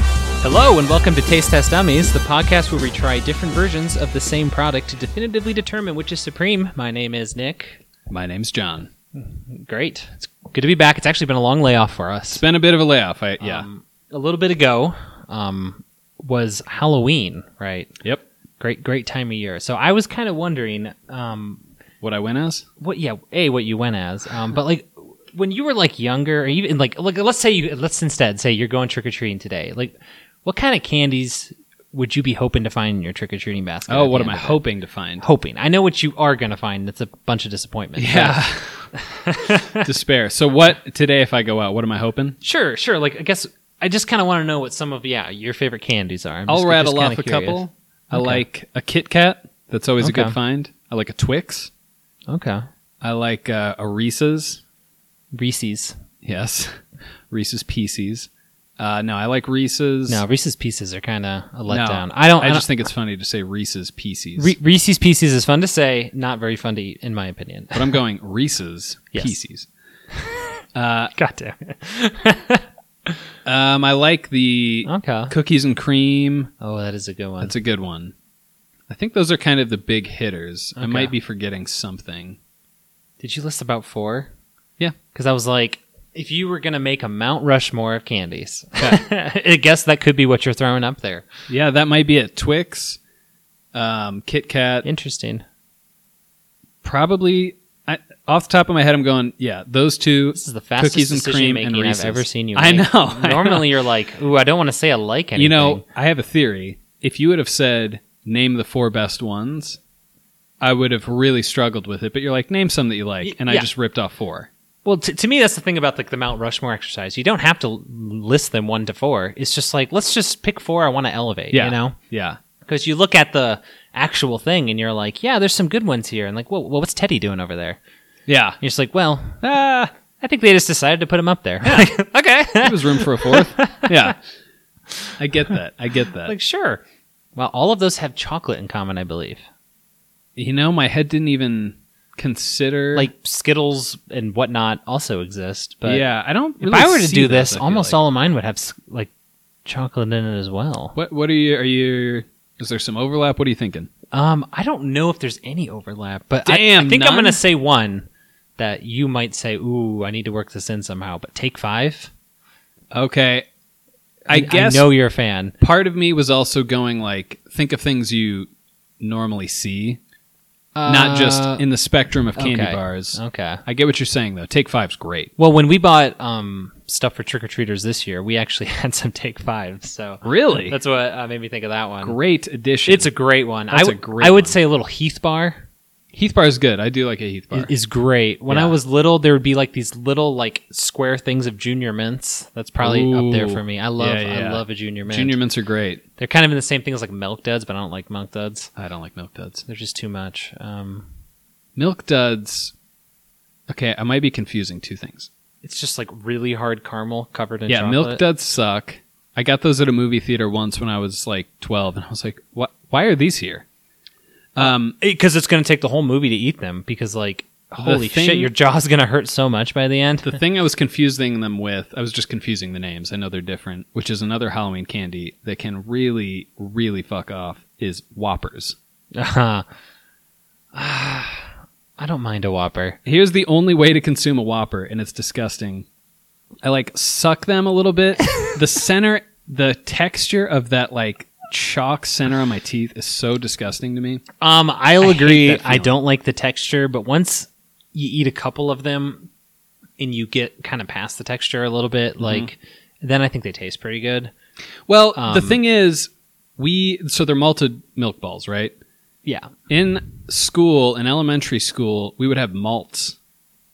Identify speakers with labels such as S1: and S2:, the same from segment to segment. S1: Hello, and welcome to Taste Test Dummies, the podcast where we try different versions of the same product to definitively determine which is supreme. My name is Nick.
S2: My name's John.
S1: Great. It's good to be back. It's actually been a long layoff for
S2: It's
S1: us.
S2: been a bit of a layoff. I, yeah.
S1: Um, a little bit ago um, was Halloween, right?
S2: yep.
S1: Great, great time of year. So I was kind of wondering, um,
S2: What I went as?
S1: what yeah a what you went as um but like when you were like younger or even like like let's say you let's instead say you're going trick-or-treating today like what kind of candies would you be hoping to find in your trick-or-treating basket at
S2: Oh,
S1: the
S2: what am
S1: end
S2: I
S1: of it?
S2: hoping to find?
S1: hoping i know what you are gonna find it's a bunch of disappointment
S2: Yeah. Despair. So what today if I go out, what am I hoping?
S1: But sure sure like i guess i just kind of want to know what some of yeah your favorite candies are I'm
S2: I'll
S1: just-
S2: rattle
S1: just
S2: off
S1: kinda
S2: a
S1: curious.
S2: couple. I
S1: Okay.
S2: like a Kit Kat. That's always a
S1: Okay.
S2: good find. I like a Twix.
S1: okay
S2: I like uh, a Reese's.
S1: reese's
S2: Yes. Reese's Pieces. Uh, no, I like Reese's.
S1: no reese's pieces are kind of a
S2: No.
S1: letdown i don't
S2: I,
S1: i,
S2: just think it's funny to say Reese's Pieces.
S1: don't, Re- reese's pieces is fun to say not very fun to eat in my opinion
S2: but I'm going Reese's
S1: Yes.
S2: Pieces.
S1: god damn it
S2: Um, I like the
S1: okay
S2: cookies and cream.
S1: Oh, that is a good one.
S2: That's a good one. I think those are kind of the big hitters. I
S1: Okay.
S2: might be forgetting something.
S1: Did you list about four?
S2: Yeah.
S1: Because I was like, if you were going to make a Mount Rushmore of candies, I guess that could be what you're throwing up there.
S2: Yeah, that might be it. Twix, um, Kit Kat,
S1: Interesting.
S2: probably. I, off the top of my head, I'm going. Yeah, those two.
S1: This is the fastest
S2: Cookies and
S1: decision
S2: cream
S1: making
S2: and
S1: I've
S2: Reese's.
S1: ever seen you.
S2: I
S1: make.
S2: know, I
S1: Normally you're like, ooh, I don't want to say I like anything.
S2: You know, I have a theory. If you would have said name the four best ones, I would have really struggled with it. But you're like, name some that you
S1: Y-
S2: like, and I
S1: yeah.
S2: just ripped off four.
S1: well, t- to me that's the thing about like the Mount Rushmore exercise. You don't have to l- list them one to four. It's just like let's just pick four I want to elevate.
S2: Yeah,
S1: You know,
S2: yeah,
S1: because you look at the actual thing and you're like, yeah, there's some good ones here, and like, well, what's Teddy doing over there?
S2: yeah. Ah,
S1: You're just like, well, uh, I think they just decided to put him up there. okay.
S2: There's room for a fourth. yeah, I get that. I get that.
S1: like, sure. Well, all of those have chocolate in common, I believe.
S2: You know, my head didn't even consider.
S1: Like Skittles and whatnot also exist. But
S2: yeah, I don't.
S1: if
S2: really
S1: I were to
S2: see
S1: do
S2: those,
S1: this,
S2: I feel
S1: almost
S2: like.
S1: all of mine would have s- like chocolate in it as well.
S2: What What are you? Are you? Is there some overlap? What are you thinking?
S1: Um, I don't know if there's any overlap, but I- I,
S2: Damn,
S1: think I'm
S2: none?
S1: gonna say one that you might say, "Ooh, I need to work this in somehow." But take five.
S2: Okay, I, guess
S1: I know you're a fan.
S2: part of me was also going like, think of things you normally see, not just
S1: Uh,
S2: in the spectrum of candy
S1: okay. Uh,
S2: bars.
S1: okay.
S2: I get what you're saying though. Take five's great.
S1: Well, when we bought um, stuff for trick or treaters this year, we actually had some Take Five. So
S2: Really,
S1: that's what uh, made me think of that one.
S2: great addition.
S1: It's a great one. I
S2: That's a
S1: would-
S2: great
S1: I would
S2: one.
S1: say a little Heath bar,
S2: Heath bar is good. I do like a Heath
S1: i-
S2: bar.
S1: is great. When I
S2: Yeah.
S1: was little, there would be like these little like square things of junior mints. That's probably up there
S2: Ooh.
S1: for me. I love
S2: Yeah, yeah.
S1: I love a junior mint.
S2: Junior mints are great.
S1: They're kind of in the same thing as like milk duds, but I don't like milk duds.
S2: I don't like milk duds.
S1: They're just too much. Um,
S2: Milk duds. Okay, I might be confusing two things.
S1: it's just like really hard caramel covered in
S2: yeah,
S1: chocolate.
S2: milk duds suck. I got those at a movie theater once when I was like 12, and I was like, "What? Why are these here?" Um,
S1: because it's going to take the whole movie to eat them because like holy
S2: thing-
S1: shit your jaw's going to hurt so much by the end
S2: the thing I was confusing them with, I was just confusing the names. I know they're different, which is another Halloween candy that can really, really fuck off. Is Whoppers.
S1: uh, i don't mind a whopper
S2: Here's the only way to consume a Whopper, and it's disgusting. I like suck them a little bit. the center, the texture of that like chalk center on my teeth is so disgusting to me.
S1: um i'll
S2: I hate
S1: agree
S2: that
S1: i
S2: feeling.
S1: don't like the texture but once you eat a couple of them and you get kind of past the texture a little bit like then i think they taste pretty good
S2: Well, the
S1: Um,
S2: thing is, we so they're malted milk balls, right?
S1: yeah
S2: In school, in elementary school, we would have malts,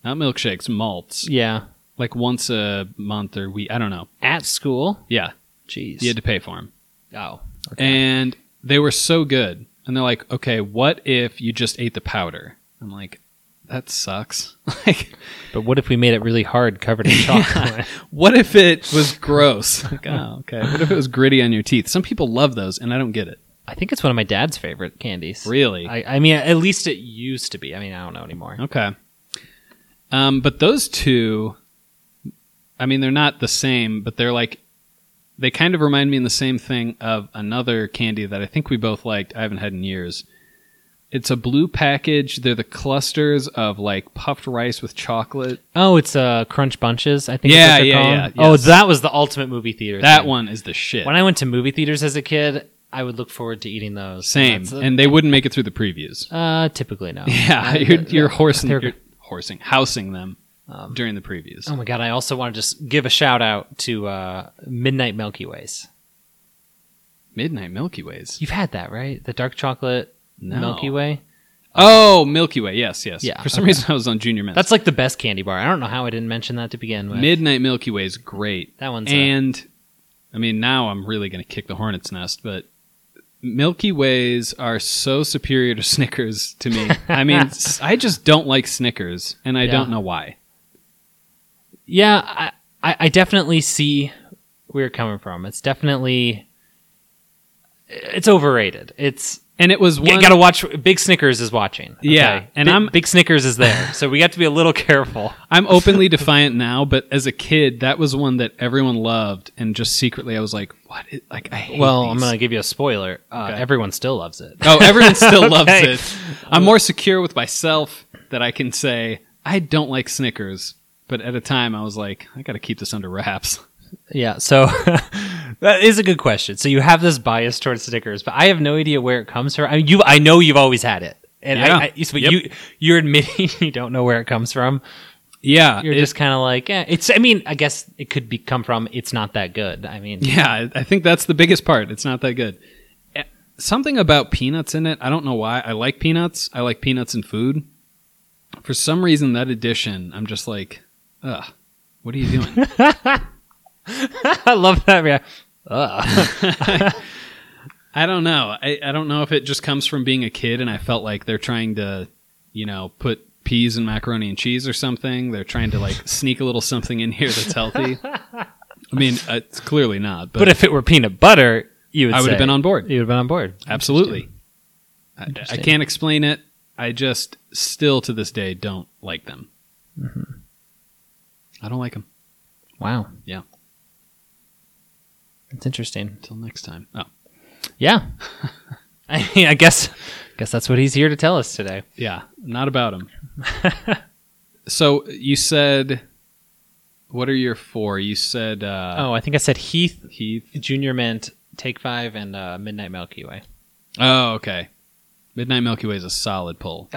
S2: not milkshakes, malts,
S1: yeah
S2: like once a month or we, I don't know.
S1: at school
S2: Yeah,
S1: jeez
S2: you had to pay for them,
S1: oh
S2: and they were so good. And they're like, okay, what if you just ate the powder? I'm like, that sucks. like,
S1: but what if we made it really hard covered in chocolate
S2: what if it was gross? like, oh, okay. What if it was gritty on your teeth? Some people love those, and I don't get it.
S1: i think it's one of my dad's favorite candies
S2: Really?
S1: I, I mean, at least it used to be. I mean, I don't know anymore.
S2: Okay. Um, but those two, I mean, they're not the same, but they're like They kind of remind me in the same thing of another candy that I think we both liked. I haven't had in years. It's a blue package. They're the clusters of like puffed rice with chocolate.
S1: Oh, it's uh, Crunch Bunches. I think. is
S2: Yeah,
S1: what they're
S2: yeah,
S1: called.
S2: yeah, yes.
S1: Oh, that was the ultimate movie theater.
S2: That
S1: thing.
S2: one is the shit.
S1: When I went to movie theaters as a kid, I would look forward to eating those.
S2: Same,
S1: That's a-
S2: and they wouldn't make it through the previews.
S1: uh, typically no.
S2: Yeah,
S1: Uh,
S2: you're,
S1: th-
S2: you're
S1: yeah,
S2: horsing,
S1: they're-
S2: you're horsing, housing them during the previews.
S1: Oh my god! I also want to just give a shout out to uh, Midnight Milky Ways.
S2: Midnight Milky Ways.
S1: You've had that, right? The dark chocolate
S2: No.
S1: Milky Way.
S2: Oh, Milky Way. Yes, yes.
S1: Yeah,
S2: For some
S1: okay.
S2: reason, I was on Junior Mints.
S1: That's like the best candy bar. I don't know how I didn't mention that to begin with.
S2: Midnight Milky Way is great.
S1: that one's a,
S2: And I mean, now I'm really going to kick the hornet's nest, but Milky Ways are so superior to Snickers to me. I mean, s- I just don't like Snickers, and I
S1: Yeah.
S2: don't know why.
S1: yeah. I, I I definitely see where you're coming from. It's definitely it's overrated. It's
S2: And it was
S1: you
S2: one.
S1: gotta watch. Big Snickers is watching.
S2: Yeah, and
S1: and i
S2: I'm-
S1: Big Snickers is there, so we have to be a little careful.
S2: I'm openly defiant now, but as a kid, that was one that everyone loved, and just secretly, I was like, "What? Is, like, I hate."
S1: Well, I'm
S2: these.
S1: gonna give you a spoiler. Uh,
S2: Okay.
S1: Everyone still loves it.
S2: Oh, everyone still loves
S1: Okay.
S2: it. I'm more secure with myself that I can say I don't like Snickers, but at a time, I was like, I got to keep this under wraps.
S1: Yeah, so that is a good question. So you have this bias towards Snickers, but I have no idea where it comes from. I mean, you, I know you've always had it, and
S2: Yeah.
S1: I, I, so
S2: Yep.
S1: you you're admitting you don't know where it comes from.
S2: Yeah,
S1: You're
S2: it-
S1: just kind of like, eh, it's. I mean, I guess it could be come from. It's not that good. I mean,
S2: yeah. I- I think that's the biggest part. It's not that good. Eh, Something about peanuts in it. I don't know why. I like peanuts. I like peanuts in food. For some reason, that addition, I'm just like, ugh. What are you doing?
S1: I love that. Yeah. Ugh.
S2: I don't know. I, I don't know if it just comes from being a kid and I felt like they're trying to, you know, put peas and macaroni and cheese or something. They're trying to like sneak a little something in here that's healthy. I mean, uh, it's clearly not, but,
S1: but if it were peanut butter, you would.
S2: I would have
S1: say.
S2: been on board.
S1: You would have been on board.
S2: Absolutely. I, I
S1: Interesting.
S2: can't explain it. I just still to this day don't like them.
S1: Mm-hmm.
S2: I don't like them.
S1: Wow.
S2: Yeah.
S1: That's interesting.
S2: Until next time. Oh,
S1: Yeah. I mean, I guess, guess that's what he's here to tell us today.
S2: yeah. Not about them. so you said, what are your four? You said, uh,
S1: Oh, I think I said Heath,
S2: Heath.
S1: Junior Mint, Take Five, and uh, Midnight Milky Way.
S2: Oh, okay. Midnight Milky Way is a solid pull.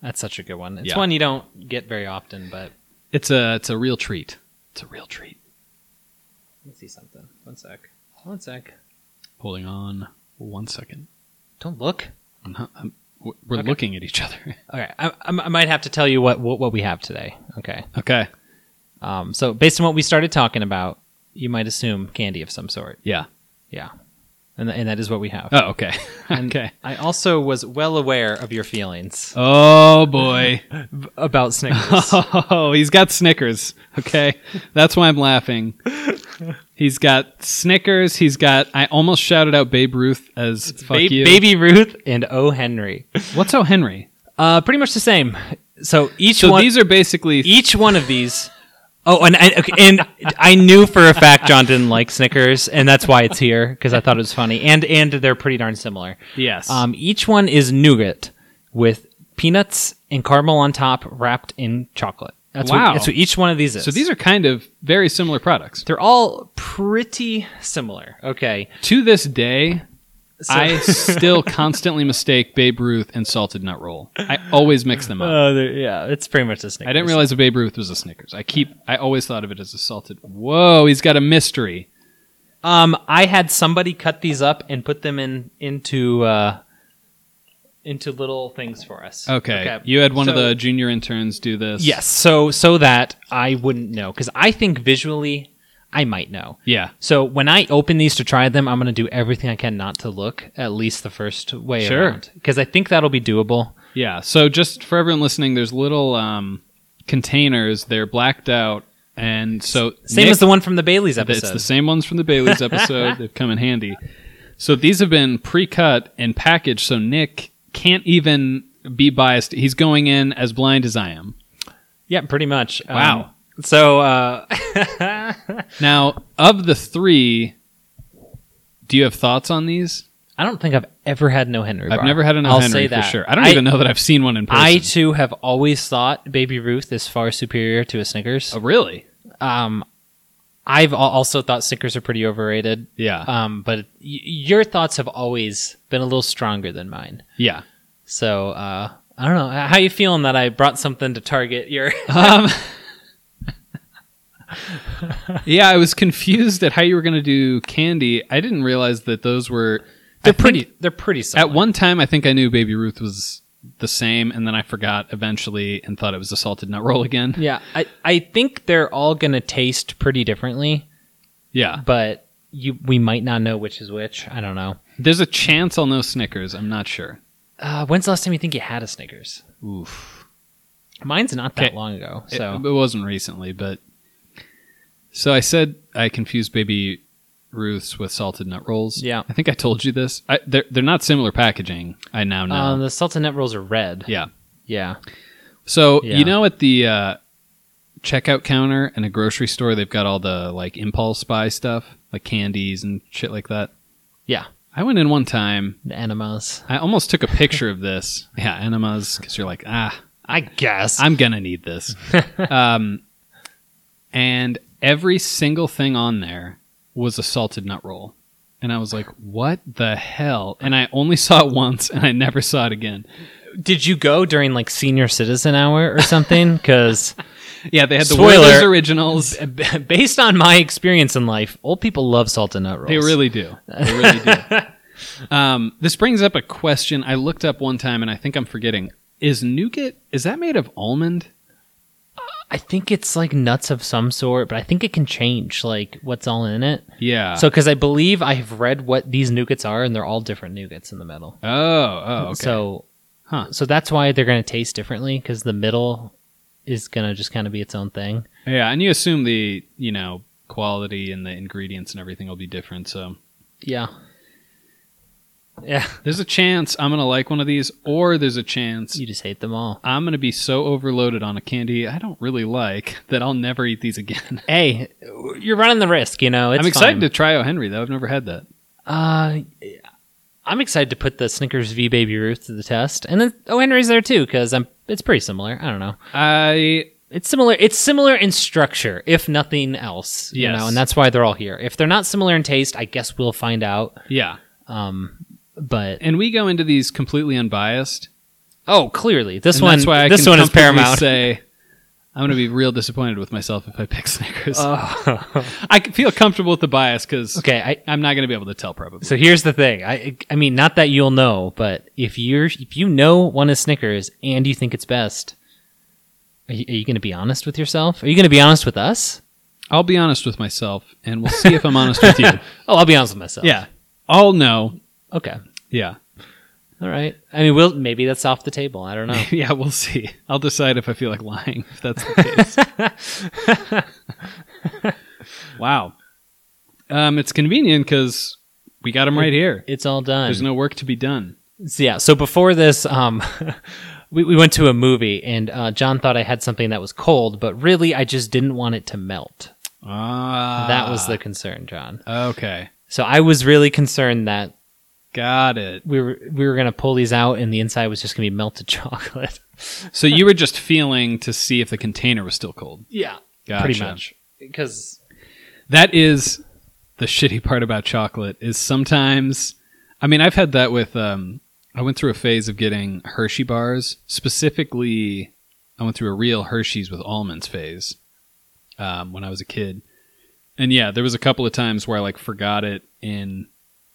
S1: That's such a good one. It's
S2: Yeah.
S1: one you don't get very often, but
S2: It's a it's a real treat. It's a real treat.
S1: let's see something. One sec. One sec.
S2: Holding on one second.
S1: Don't look.
S2: I'm not, I'm, we're we're
S1: Okay.
S2: looking at each other.
S1: All right. I, I, I might have to tell you what, what, what we have today. Okay.
S2: okay.
S1: Um, so, based on what we started talking about, you might assume candy of some sort.
S2: Yeah.
S1: Yeah. And, th- and that is what we have.
S2: Oh, okay.
S1: And
S2: okay.
S1: I also was well aware of your feelings
S2: Oh boy.
S1: about Snickers.
S2: Oh, he's got Snickers. Okay. That's why I'm laughing. He's got Snickers. He's got. I almost shouted out Babe Ruth as fuck
S1: Ba-
S2: you.
S1: Baby Ruth and O. Henry.
S2: What's O Henry?
S1: Uh, pretty much the same. So each
S2: So
S1: one,
S2: these are basically
S1: each one of these. Oh, and I, okay, and I knew for a fact John didn't like Snickers, and that's why it's here because I thought it was funny, and and they're pretty darn similar.
S2: yes.
S1: Um, each one is nougat with peanuts and caramel on top, wrapped in chocolate. That's
S2: Wow.
S1: What, that's what each one of these is.
S2: so these are kind of very similar products.
S1: they're all pretty similar. Okay.
S2: To this day,
S1: So-
S2: I still constantly mistake Babe Ruth and salted nut roll. I always mix them up.
S1: Uh, they're- yeah, it's pretty much the Snickers.
S2: I didn't realize a Babe Ruth was a Snickers. I keep I always thought of it as a salted. Whoa, he's got a mystery.
S1: Um, I had somebody cut these up and put them in into uh, into little things for us.
S2: Okay. You had one of
S1: So-
S2: the junior interns do this.
S1: yes, so so that I wouldn't know because I think visually I might know.
S2: Yeah.
S1: So when I open these to try them, I'm going to do everything I can not to look at least the first way
S2: Sure.
S1: because I think that'll be doable.
S2: Yeah. So just for everyone listening, there's little um, containers. They're blacked out, and so
S1: Same
S2: Nick-
S1: as the one from the Bailey's episode.
S2: It's the same ones from the Bailey's episode. They've come in handy. So these have been pre-cut and packaged, so Nick can't even be biased. He's going in as blind as I am.
S1: Yeah, pretty much. Um,
S2: Wow.
S1: so uh,
S2: Now, of the three, Do you have thoughts on these?
S1: I don't think I've ever had no Henry.
S2: I've
S1: bar.
S2: never had an
S1: I'll
S2: Henry
S1: say
S2: for
S1: that.
S2: sure. I don't even know that I've seen one in person.
S1: I too have always thought Baby Ruth is far superior to a Snickers.
S2: Oh, really?
S1: Um, I've al- also thought Snickers are pretty overrated.
S2: Yeah.
S1: Um, but y- your thoughts have always been a little stronger than mine.
S2: yeah.
S1: So uh, I don't know H- how you feeling that I brought something to target your.
S2: Um, yeah, I was confused at how you were going to do candy. I didn't realize that those were.
S1: they're
S2: I think
S1: pretty. They're pretty. Similar.
S2: At one time, I think I knew Baby Ruth was the same, and then I forgot eventually and thought it was a salted nut roll again.
S1: Yeah, I I think they're all gonna taste pretty differently,
S2: Yeah.
S1: but you we might not know which is which. I don't know.
S2: There's a chance I'll know Snickers. I'm not sure.
S1: Uh, when's the last time you think you had a Snickers?
S2: Oof.
S1: Mine's not that
S2: Okay.
S1: long ago.
S2: It-
S1: So
S2: It, wasn't recently, but. So I said I confused Baby Ruth's with salted nut rolls.
S1: Yeah.
S2: I think I told you this. I, they're, they're not similar packaging. I now know.
S1: um, the salted nut rolls are red.
S2: yeah.
S1: Yeah.
S2: So
S1: Yeah.
S2: you know at the uh, checkout counter in a grocery store, they've got all the like impulse buy stuff, like candies and shit like that.
S1: Yeah.
S2: I went in one time.
S1: The enemas.
S2: I almost took a picture of this. Yeah, enemas, because you're like, ah,
S1: I guess.
S2: I'm gonna need this. um, and every single thing on there was a salted nut roll, and I was like, what the hell? And I only saw it once, and I never saw it again.
S1: Did you go during like senior citizen hour or something? Because
S2: Yeah, they had the
S1: Spoiler.
S2: Werther's originals.
S1: based on my experience in life, old people love salted nut rolls.
S2: They really do. They really do. Um, this brings up a question I looked up one time, and I think I'm forgetting. Is nougat is that made of almond?
S1: I think it's like nuts of some sort, but I think it can change like what's all in it.
S2: Yeah.
S1: So, because I believe I have read what these nougats are, and they're all different nougats in the middle.
S2: oh, oh, okay.
S1: So,
S2: Huh.
S1: so that's why they're going to taste differently because the middle is going to just kind of be its own thing.
S2: yeah, and you assume the you know quality and the ingredients and everything will be different. So
S1: Yeah. Yeah.
S2: there's a chance I'm gonna like one of these, or there's a chance
S1: You just hate them all.
S2: I'm gonna be so overloaded on a candy I don't really like that I'll never eat these again.
S1: Hey, you're running the risk, you know. It's
S2: I'm excited to
S1: fine.
S2: try O Henry though. I've never had that.
S1: Uh, I'm excited to put the Snickers v Baby Ruth to the test, and then Oh Henry's there too because I'm. It's pretty similar. I don't know.
S2: I
S1: It's similar. It's similar in structure, if nothing else. You
S2: Yes.
S1: know, and that's why they're all here. If they're not similar in taste, I guess we'll find out.
S2: yeah,
S1: Um, but
S2: and we go into these completely unbiased.
S1: oh, clearly this
S2: And
S1: one.
S2: that's why I
S1: this
S2: can
S1: one is
S2: comfortably
S1: paramount.
S2: Say, I'm going to be real disappointed with myself if I pick Snickers.
S1: Oh.
S2: I can feel comfortable with the bias because
S1: okay. I,
S2: I'm not going to be able to tell probably.
S1: so here's the thing. I I mean, not that you'll know, but if you're if you know one is Snickers and you think it's best, are you, are you going to be honest with yourself? Are you going to be honest with us?
S2: I'll be honest with myself, and we'll see if I'm honest with you.
S1: Oh, I'll be honest with myself.
S2: Yeah, I'll know.
S1: Okay.
S2: Yeah,
S1: All right. I mean, we'll maybe that's off the table. I don't know.
S2: yeah, we'll see. I'll decide if I feel like lying. If that's the case. wow, um, it's convenient because we got them right here.
S1: It's all done.
S2: There's no work to be done.
S1: So, yeah. So before this, um, we, we went to a movie, and uh, John thought I had something that was cold, but really, I just didn't want it to melt.
S2: Ah,
S1: that was the concern, John.
S2: okay.
S1: So I was really concerned that
S2: Got it.
S1: we were we were gonna pull these out, and the inside was just gonna be melted chocolate.
S2: So you were just feeling to see if the container was still cold.
S1: yeah,
S2: Gotcha.
S1: pretty much. Because
S2: That is the shitty part about chocolate is sometimes I mean I've had that with um I went through a phase of getting Hershey bars. Specifically I went through a real Hershey's with almonds phase um, when I was a kid. And yeah, there was a couple of times where I like forgot it in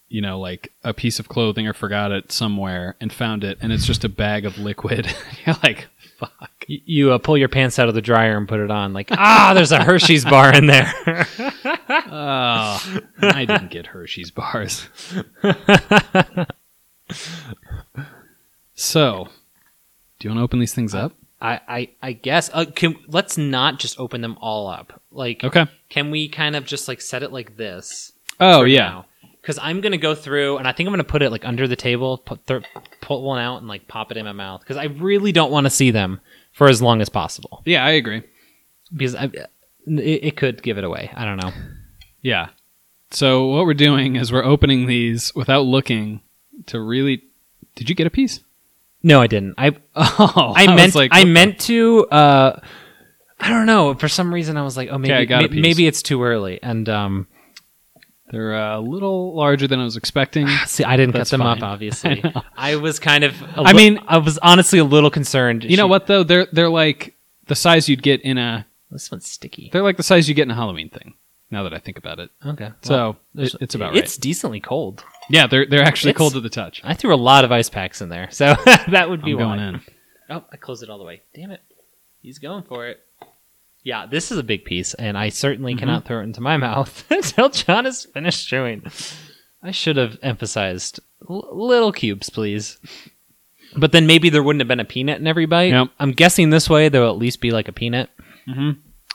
S2: you know, like a piece of clothing or forgot it somewhere and found it and it's just a bag of liquid. You're like, fuck.
S1: y- you uh, pull your pants out of the dryer and put it on, like ah, there's a Hershey's bar in there.
S2: Oh, I didn't get Hershey's bars. so, do you want to open these things up?
S1: I I, I guess uh, can let's not just open them all up. Like
S2: Okay.
S1: Can we kind of just like set it like this?
S2: Oh, yeah.
S1: Because I'm gonna go through, and I think I'm gonna put it like under the table, put th- pull one out, and like pop it in my mouth. Because I really don't want to see them for as long as possible.
S2: Yeah, I agree.
S1: Because I, it, it could give it away. I don't know.
S2: Yeah. So what we're doing is we're opening these without looking to really. Did you get a piece?
S1: No, I didn't. I
S2: Oh,
S1: I, meant
S2: was like,
S1: I
S2: what the-
S1: meant to. Uh, I don't know. For some reason, I was like, oh, maybe
S2: I got a
S1: may-
S2: piece.
S1: maybe it's too early. And um,
S2: They're uh, a little larger than I was expecting.
S1: see, I didn't
S2: That's
S1: cut them
S2: fine.
S1: up. Obviously, I was kind of. I
S2: I mean-
S1: mean, I was honestly a little concerned.
S2: you know
S1: She-
S2: what though? They're they're like the size you'd get in a.
S1: This one's sticky.
S2: They're like the size you get in a Halloween thing. Now that I think about it,
S1: Okay, well,
S2: so it-
S1: there's-
S2: it's about right.
S1: It's decently cold.
S2: yeah, they're they're actually
S1: it's-
S2: cold to the touch.
S1: I threw a lot of ice packs in there, so that would be
S2: I'm going
S1: why.
S2: in.
S1: Oh, I closed it all the way. Damn it. He's going for it. Mm-hmm. Yeah, this is a big piece, and I certainly cannot throw it into my mouth until John is finished chewing. I should have emphasized l- little cubes, please. But then maybe there wouldn't have been a peanut in every bite.
S2: Yep.
S1: I'm guessing this way there'll at least be like a peanut.
S2: hmm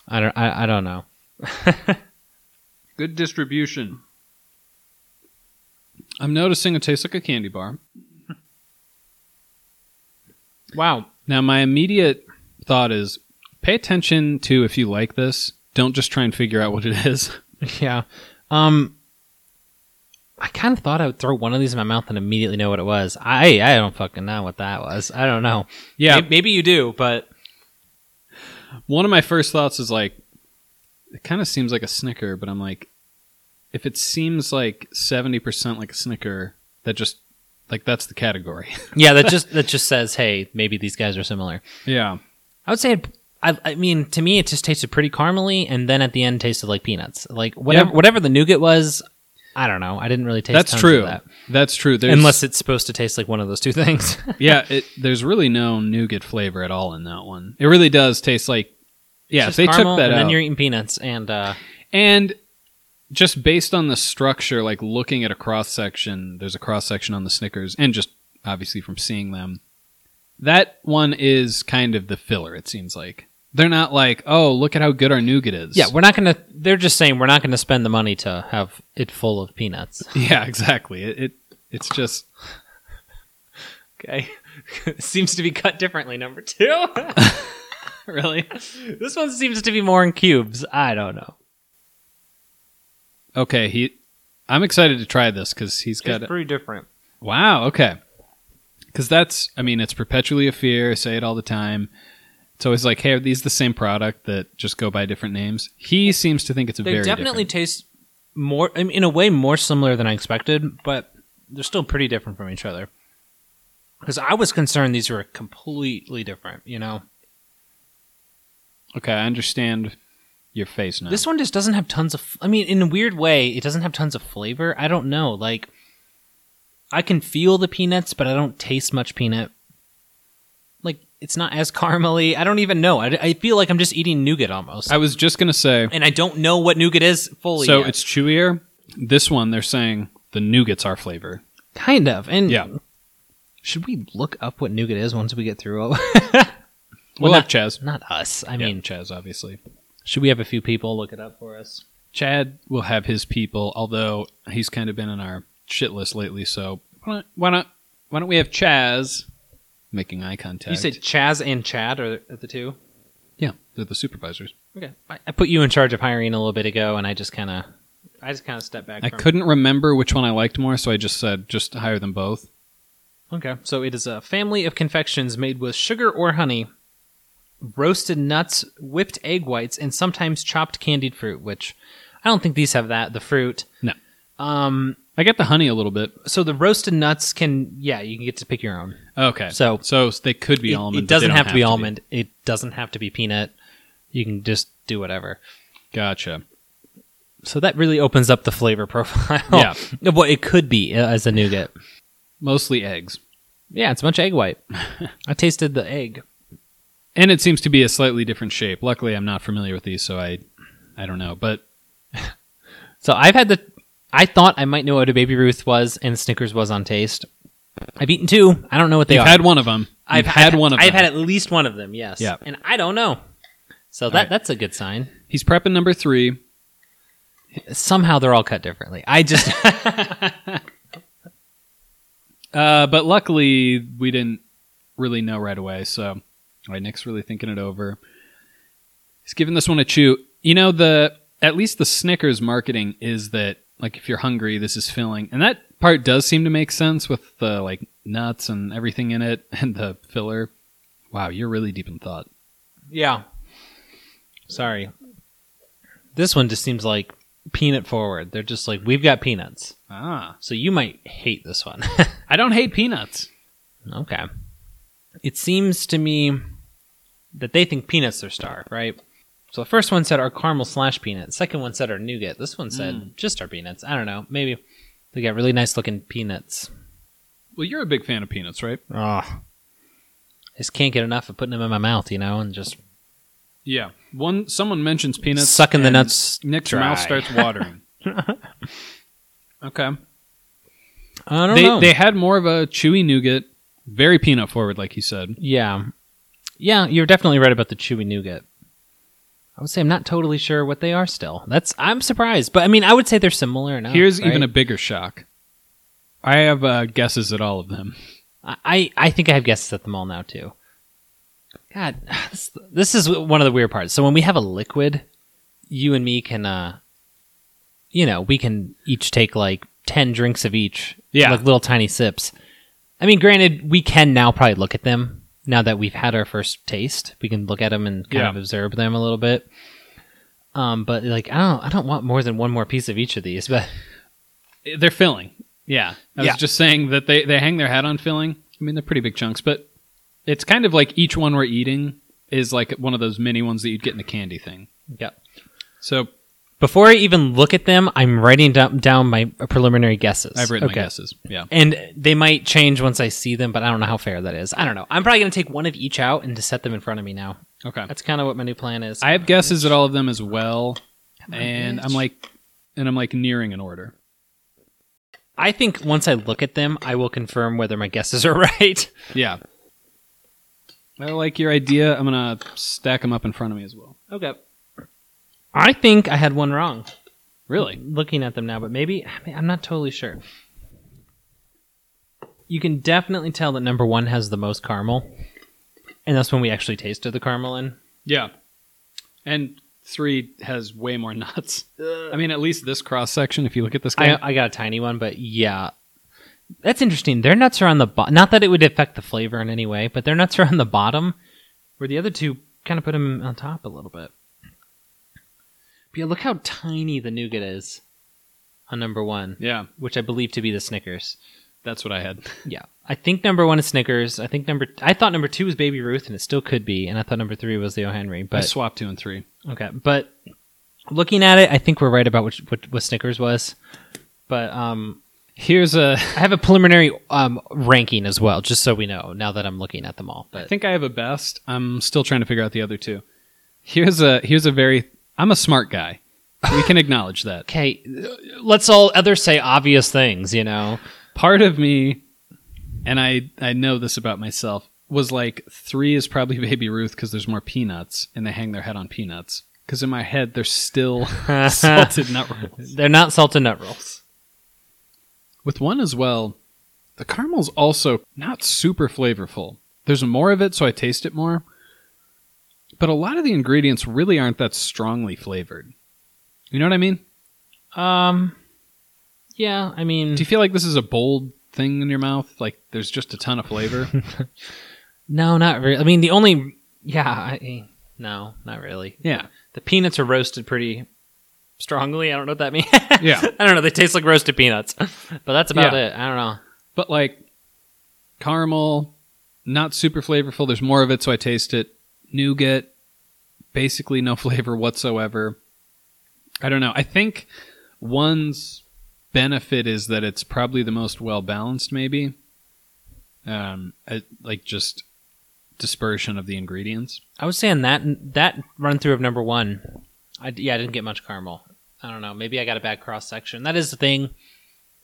S1: I don't. I, I don't know.
S2: Good distribution. I'm noticing it tastes like a candy bar.
S1: Wow.
S2: Now, my immediate thought is pay attention to if you like this. Don't just try and figure out what it is.
S1: Yeah. Um. I kind of thought I would throw one of these in my mouth and immediately know what it was. I I don't fucking know what that was. I don't know.
S2: Yeah.
S1: May- Maybe you do, but
S2: One of my first thoughts is like, it kind of seems like a Snicker, but I'm like, if it seems like 70% like a Snicker, that just, like, that's the category.
S1: yeah, that just that just says, hey, maybe these guys are similar.
S2: yeah.
S1: I would say, it, I, I mean, to me, it just tasted pretty caramely, and then at the end, tasted like peanuts. Like whatever
S2: Yeah.
S1: whatever the nougat was, I don't know. I didn't really taste.
S2: That's
S1: tons
S2: true.
S1: Of that.
S2: That's true. There's,
S1: Unless it's supposed to taste like one of those two things.
S2: yeah, it, there's really no nougat flavor at all in that one. It really does taste like, yeah, if
S1: Just
S2: they
S1: caramel,
S2: took that
S1: and
S2: out.
S1: then you're eating peanuts, and uh,
S2: And just based on the structure, like looking at a cross section, there's a cross section on the Snickers, and just obviously from seeing them, that one is kind of the filler, it seems like. They're not like, oh, look at how good our nougat is.
S1: yeah, we're not gonna. They're just saying we're not gonna spend the money to have it full of peanuts.
S2: yeah, exactly. It, it it's just
S1: Okay. seems to be cut differently, number two. really? This one seems to be more in cubes. I don't know.
S2: okay. He, I'm excited to try this because he's got.
S1: It's pretty different.
S2: Wow. Okay. Because that's, I mean, it's perpetually a fear. I say it all the time. It's always like, hey, are these the same product that just go by different names? He seems to think it's a
S1: They
S2: very
S1: definitely
S2: different.
S1: taste more, I mean, in a way, more similar than I expected, but they're still pretty different from each other. Because I was concerned these were completely different, you know?
S2: Okay, I understand your face now.
S1: This one just doesn't have tons of. I mean, in a weird way, it doesn't have tons of flavor. I don't know. Like, I can feel the peanuts, but I don't taste much peanut. Like, it's not as caramely. I don't even know. I, I feel like I'm just eating nougat almost,
S2: I was just gonna say.
S1: and I don't know what nougat is fully.
S2: So
S1: yet.
S2: it's chewier. This one, they're saying the nougat's our flavor.
S1: kind of and
S2: Yeah.
S1: Should we look up what nougat is once we get through? it?
S2: We'll,
S1: Well,
S2: have Chaz.
S1: not us. I
S2: I mean,
S1: mean,
S2: Chaz, obviously.
S1: should we have a few people look it up for us?
S2: Chad will have his people, although he's kind of been in our shit list lately. So why don't why don't, why don't we have Chaz making eye contact?
S1: You said Chaz and Chad are the two.
S2: yeah, they're the supervisors.
S1: Okay. I, I put you in charge of hiring a little bit ago, and I just kind of, I just kind of stepped back.
S2: I
S1: from
S2: couldn't remember which one I liked more, so I just said just hire them both.
S1: Okay. So it is a family of confections made with sugar or honey, roasted nuts, whipped egg whites, and sometimes chopped candied fruit. Which I don't think these have that. The fruit.
S2: No.
S1: Um.
S2: I got the honey a little bit.
S1: So the roasted nuts can, yeah, you can get to pick your own.
S2: Okay,
S1: So-
S2: so they could be
S1: it,
S2: almond.
S1: It
S2: but they
S1: doesn't
S2: don't
S1: have to be
S2: be.
S1: almond. It doesn't have to be peanut. You can just do whatever.
S2: Gotcha.
S1: So that really opens up the flavor profile.
S2: Yeah.
S1: of what it could be uh, as a nougat.
S2: Mostly eggs.
S1: Yeah, it's a bunch of egg white. I tasted the egg.
S2: and it seems to be a slightly different shape. Luckily, I'm not familiar with these, so I, I don't know. But
S1: So I've had the. I thought I might know what a Baby Ruth was and Snickers was on taste. I've eaten two. I don't know what they
S2: you've
S1: are.
S2: had one of them.
S1: I've
S2: had, one of
S1: I've
S2: them.
S1: had at least one of them. Yes.
S2: Yeah.
S1: And I don't know. So that
S2: right.
S1: that's a good sign.
S2: He's prepping number three.
S1: Somehow they're all cut differently. I just
S2: Uh, but luckily, we didn't really know right away. So, all right, Nick's really thinking it over. He's giving this one a chew. You know the at least the Snickers marketing is that like if you're hungry, this is filling. And that part does seem to make sense with the like nuts and everything in it and the filler. Wow, you're really deep in thought.
S1: Yeah. Sorry. This one just seems like peanut forward. They're just like, we've got peanuts.
S2: Ah,
S1: So you might hate this one.
S2: I don't hate peanuts.
S1: okay. It seems to me that they think peanuts are star, right? So the first one said our caramel slash peanut. Second one said our nougat. This one said
S2: Mm.
S1: just our peanuts. I don't know. Maybe they got really nice looking peanuts.
S2: Well, you're a big fan of peanuts, right?
S1: Ah. I just can't get enough of putting them in my mouth, you know, and just
S2: Yeah. One someone mentions peanuts,
S1: Sucking the
S2: and
S1: nuts
S2: Nick's
S1: dry.
S2: mouth starts watering. okay.
S1: I don't
S2: they
S1: know.
S2: they had more of a chewy nougat, very peanut forward, like you said.
S1: Yeah. Yeah, you're definitely right about the chewy nougat. I would say I'm not totally sure what they are still. That's I'm surprised, but I mean I would say they're similar enough.
S2: Here's
S1: right?
S2: even a bigger shock. I have uh, guesses at all of them.
S1: I I- I think I have guesses at them all now too. God, this, this is one of the weird parts. So when we have a liquid, you and me can, uh you know, we can each take like ten drinks of each.
S2: Yeah.
S1: like little tiny sips. I mean, granted, we can now probably look at them now that we've had our first taste. We can look at them and kind
S2: Yeah.
S1: of observe them a little bit. Um, but like I don't, I don't want more than one more piece of each of these. But
S2: They're filling. Yeah. I
S1: Yeah.
S2: was just saying that they, they hang their hat on filling. I mean, they're pretty big chunks, but it's kind of like each one we're eating is like one of those mini ones that you'd get in the candy thing.
S1: yeah,
S2: So
S1: Before I even look at them, I'm writing do- down my preliminary guesses.
S2: I've written
S1: Okay.
S2: my guesses. Yeah.
S1: And they might change once I see them, but I don't know how fair that is. I don't know. I'm probably going to take one of each out and just set them in front of me now.
S2: Okay.
S1: That's kind of what my new plan is.
S2: I have guesses at all of them as well,
S1: on,
S2: and
S1: bitch.
S2: I'm like, and I'm like nearing an order.
S1: I think once I look at them, I will confirm whether my guesses are right.
S2: Yeah. I like your idea. I'm gonna stack them up in front of me as well.
S1: Okay. I think I had one wrong
S2: Really?
S1: looking at them now, but maybe I mean, I'm not totally sure. You can definitely tell that number one has the most caramel, and that's when we actually tasted the caramel in.
S2: Yeah. And three has way more nuts. I mean, at least this cross section. If you look at this guy,
S1: Uh. I, I got a tiny one, but yeah. That's interesting. Their nuts are on the bottom. Not that it would affect the flavor in any way, but their nuts are on the bottom, where the other two kind of put them on top a little bit. But yeah, look how tiny the nougat is on number one,
S2: yeah,
S1: which I believe to be the Snickers.
S2: that's what I had.
S1: Yeah, I think number one is Snickers. I think number I thought number two was Baby Ruth, and it still could be. And I thought number three was the O'Henry,
S2: I
S1: but
S2: swapped two and three.
S1: Okay, but looking at it, I think we're right about which, what what Snickers was. But um, here's a I have a preliminary um ranking as well, just so we know. Now that I'm looking at them all,
S2: I
S1: but
S2: think I have a best. I'm still trying to figure out the other two. Here's a here's a very. I'm a smart guy. We can acknowledge that.
S1: okay, let's all others say obvious things. You know,
S2: part of me and i i know this about myself was like three is probably baby ruth because there's more peanuts and they hang their head on peanuts because in my head they're still salted nut rolls
S1: they're not salted nut rolls.
S2: with one as well the caramel's also not super flavorful there's more of it so i taste it more but a lot of the ingredients really aren't that strongly flavored you know what i mean
S1: Um, yeah, I mean,
S2: do you feel like this is a bold thing in your mouth like there's just a ton of flavor
S1: no, not really. I mean, the only yeah, I, no, not really.
S2: yeah
S1: The peanuts are roasted pretty strongly. I don't know what that means.
S2: Yeah.
S1: I don't know. They taste like roasted peanuts, but that's about
S2: Yeah.
S1: it. I don't know.
S2: but like caramel, not super flavorful. There's more of it, so I taste it. Nougat, basically no flavor whatsoever. I don't know. I think one's benefit is that it's probably the most well balanced, maybe. Um, I- like just dispersion of the ingredients.
S1: I was saying that that run through of number one. I d yeah, I didn't get much caramel. I don't know. Maybe I got a bad cross section. That is the thing.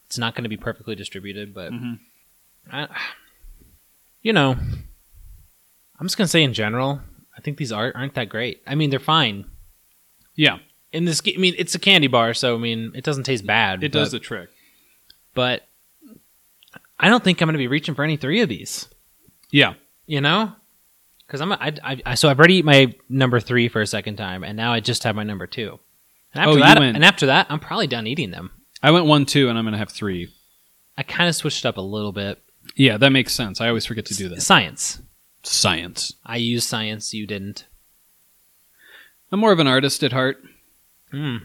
S1: It's not going to be perfectly distributed, but
S2: Mhm.
S1: I, you know, I'm just going to say in general, I think these art aren't that great. I mean, they're fine.
S2: Yeah,
S1: In this, I mean, it's a candy bar, so I mean, it doesn't taste bad.
S2: it
S1: but-
S2: does the trick.
S1: but I don't think I'm going to be reaching for any three of these.
S2: Yeah,
S1: You know, because I'm I, I, I so I've already eaten my number three for a second time, and now I just have my number two. And after
S2: Oh, you
S1: that,
S2: went-
S1: and after that, I'm probably done eating them.
S2: I went one, two, and I'm gonna have three.
S1: I kind of switched up a little bit.
S2: Yeah, that makes sense. I always forget to do that.
S1: Science.
S2: Science.
S1: I used science. You didn't.
S2: I'm more of an artist at heart.
S1: Hmm.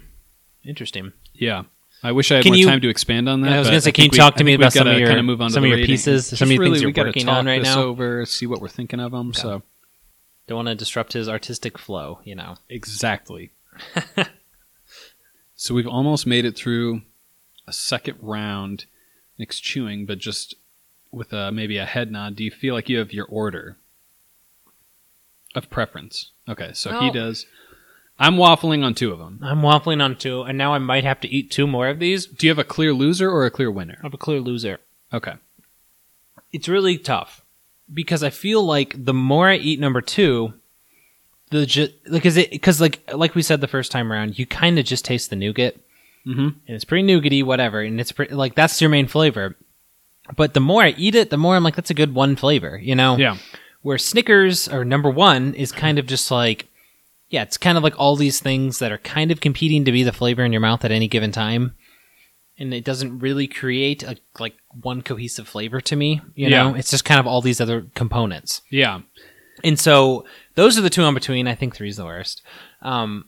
S1: Interesting.
S2: Yeah. I wish I had
S1: Can
S2: more
S1: you-
S2: time to expand on that.
S1: I was
S2: but
S1: gonna say,
S2: think
S1: can you
S2: we-
S1: talk to
S2: I
S1: me
S2: think
S1: about
S2: we've
S1: some
S2: gotta
S1: of your-
S2: kinda move on to
S1: some of
S2: the
S1: your
S2: rating.
S1: pieces,
S2: Just
S1: some of your things
S2: really,
S1: you're
S2: we gotta
S1: working
S2: talk
S1: on right
S2: this
S1: now?
S2: Over, see what we're thinking of them. So
S1: Don't want to disrupt his artistic flow. You know.
S2: Exactly. so we've almost made it through a second round. Nick's chewing, but just with a, maybe a head nod. Do you feel like you have your order of preference? Okay, so he
S1: No.
S2: does. I'm waffling on two of them.
S1: I'm waffling on two, and now I might have to eat two more of these.
S2: Do you have a clear loser or a clear winner?
S1: I'm a clear loser.
S2: Okay.
S1: It's really tough because I feel like the more I eat number two, the ju- like is it because like like we said the first time around, you kind of just taste the nougat.
S2: Mm-hmm.
S1: and it's pretty nougaty, whatever, and it's pretty, like that's your main flavor. But the more I eat it, the more I'm like, that's a good one flavor, you know?
S2: Yeah.
S1: Where Snickers or number one is kind of just like, yeah, it's kind of like all these things that are kind of competing to be the flavor in your mouth at any given time. And it doesn't really create a like one cohesive flavor to me, you
S2: Yeah.
S1: know? It's just kind of all these other components.
S2: Yeah.
S1: And so those are the two I'm between. I think three's the worst. Um,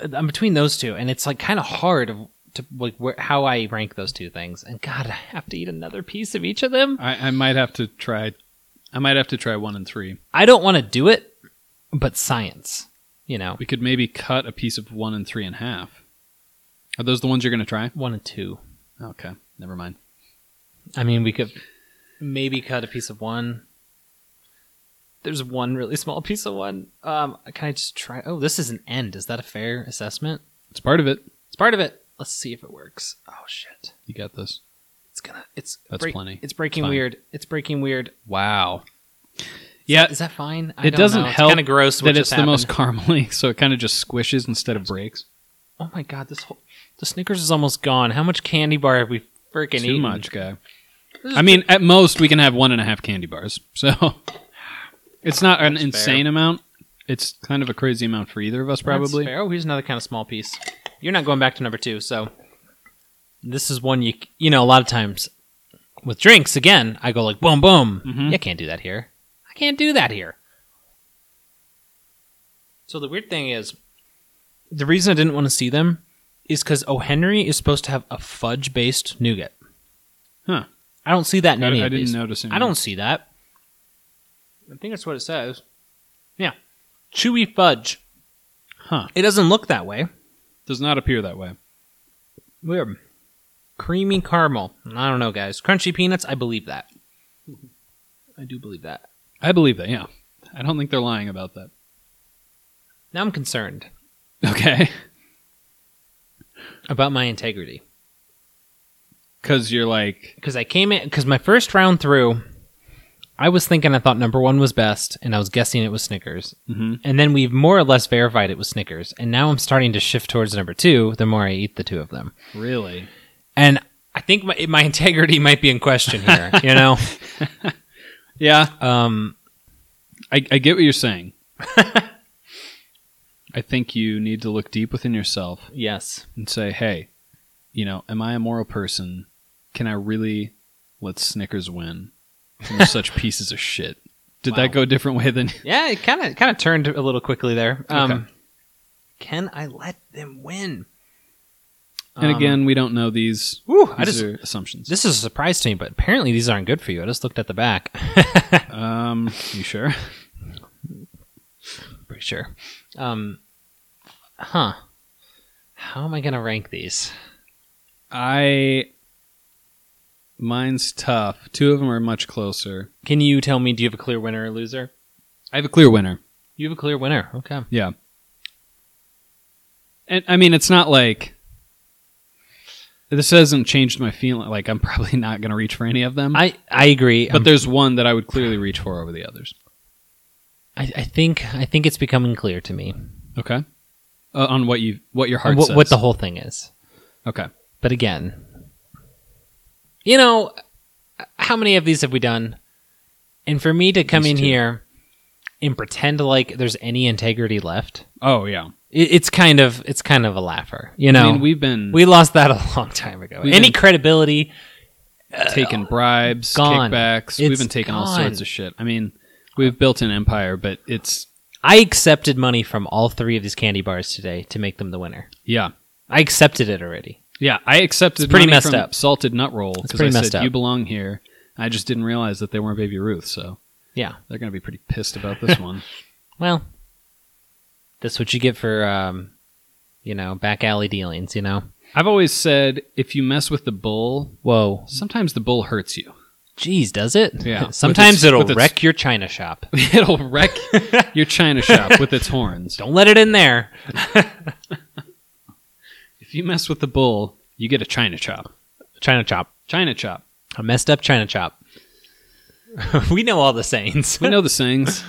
S1: I'm between those two, and it's like kind of hard of- to like where, how I rank those two things. And God, I have to eat another piece of each of them.
S2: I, I might have to try. I might have to try one and three.
S1: I don't want to do it, but science, you know,
S2: We could maybe cut a piece of one and three in half. Are those the ones you're going to try?
S1: one and two.
S2: Okay. Never mind.
S1: I mean, we could maybe cut a piece of one. There's one really small piece of one. Um, can I just try? Oh, this is an end. Is that a fair assessment?
S2: It's part of it.
S1: It's part of it. Let's see if it works. Oh shit.
S2: You got this.
S1: It's gonna. It's
S2: That's
S1: break-
S2: plenty.
S1: It's breaking
S2: Fine.
S1: weird. It's breaking weird.
S2: Wow. Yeah,
S1: Is that fine? I
S2: Uh, it
S1: don't
S2: doesn't
S1: know.
S2: help
S1: It's kind of gross. What
S2: that it's
S1: just
S2: the
S1: happened.
S2: most caramely, so it kind of just squishes instead of breaks.
S1: Oh my god! This whole the Snickers is almost gone. How much candy bar have we freaking
S2: Too
S1: eaten?
S2: much, guy. I mean, at most we can have one and a half candy bars, so it's not an
S1: That's
S2: insane amount. It's kind of a crazy amount for either of us,
S1: That's
S2: probably.
S1: fair. Oh, here's another kind of small piece. You're not going back to number two, so this is one you you know a lot of times with drinks. Again, I go like boom boom.
S2: Mhm.
S1: You can't do that here. I can't do that here. So the weird thing is, the reason I didn't want to see them is because O. Henry is supposed to have a fudge based nougat.
S2: Huh.
S1: I don't see that in
S2: I,
S1: any
S2: I
S1: of
S2: didn't
S1: these.
S2: notice. Any.
S1: I don't see that. I think that's what it says. Yeah. Chewy fudge.
S2: Huh?
S1: It doesn't look that way.
S2: Does not appear that way.
S1: Weird. Creamy caramel. I don't know, guys. Crunchy peanuts. I believe that. Mm-hmm. I do believe that.
S2: I believe that. Yeah, I don't think they're lying about that.
S1: Now I'm concerned
S2: Okay,
S1: about my integrity
S2: because you're like,
S1: because I came in because my first round through, I was thinking I thought number one was best, and I was guessing it was Snickers.
S2: mhm.
S1: And then we've more or less verified it was Snickers, and now I'm starting to shift towards number two the more I eat the two of them.
S2: really?
S1: And I think my my integrity might be in question here. you know,
S2: Yeah,
S1: um,
S2: I, I get what you're saying. I think you need to look deep within yourself
S1: yes,
S2: and say, hey, you know, am I a moral person? Can I really let Snickers win? And they're such pieces of shit. Did
S1: Wow.
S2: that go a different way than
S1: yeah, it kind of kind of turned a little quickly there. Um,
S2: Okay.
S1: Can I let them win?
S2: And
S1: Um,
S2: again, we don't know these,
S1: whew, I
S2: these
S1: just
S2: are assumptions.
S1: this is a surprise to me, but apparently these aren't good for you. I just looked at the back.
S2: um, you sure?
S1: pretty sure. Um, huh. How am I gonna rank these?
S2: I mine's tough. Two of them are much closer.
S1: Can you tell me? Do you have a clear winner or loser?
S2: I have a clear winner.
S1: You have a clear winner. Okay.
S2: Yeah. And I mean, it's not like this hasn't changed my feeling. Like I'm probably not going to reach for any of them.
S1: I I agree. Um,
S2: but
S1: I'm-
S2: there's one that I would clearly reach for over the others.
S1: I, I think I think it's becoming clear to me
S2: Okay. Uh, on what you what your heart
S1: what,
S2: says.
S1: what the whole thing is.
S2: okay.
S1: But again, you know, how many of these have we done? And for me to come
S2: These
S1: in
S2: two.
S1: here and pretend like there's any integrity left,
S2: Oh yeah.
S1: it, it's kind of it's kind of a laugher. You know,
S2: I mean, we've been
S1: we lost that a long time ago.
S2: We've
S1: Any
S2: been-
S1: credibility,
S2: taking bribes,
S1: uh, Gone.
S2: kickbacks. we've
S1: It's
S2: been taking all
S1: gone.
S2: sorts of shit. I mean, we've built an empire, but it's
S1: I accepted money from all three of these candy bars today to make them the winner.
S2: yeah,
S1: I accepted it already.
S2: yeah. I accepted
S1: It's pretty
S2: money
S1: messed
S2: from
S1: up.
S2: Salted Nut Roll
S1: It's
S2: because I
S1: pretty
S2: said
S1: messed up.
S2: you belong here. I just didn't realize that they weren't Baby Ruth, so
S1: Yeah.
S2: they're gonna be pretty pissed about this one.
S1: Well, that's what you get for um, you know, back alley dealings. You know.
S2: I've always said if you mess with the bull,
S1: Whoa.
S2: sometimes the bull hurts you.
S1: Jeez, does it?
S2: Yeah. With
S1: Sometimes
S2: its-
S1: it'll
S2: with its-
S1: wreck your china shop.
S2: It'll wreck your china shop with its horns.
S1: Don't let it in there.
S2: If you mess with the bull, you get a china chop.
S1: China chop.
S2: China chop.
S1: A messed up China chop. we know all the sayings.
S2: We know the sayings.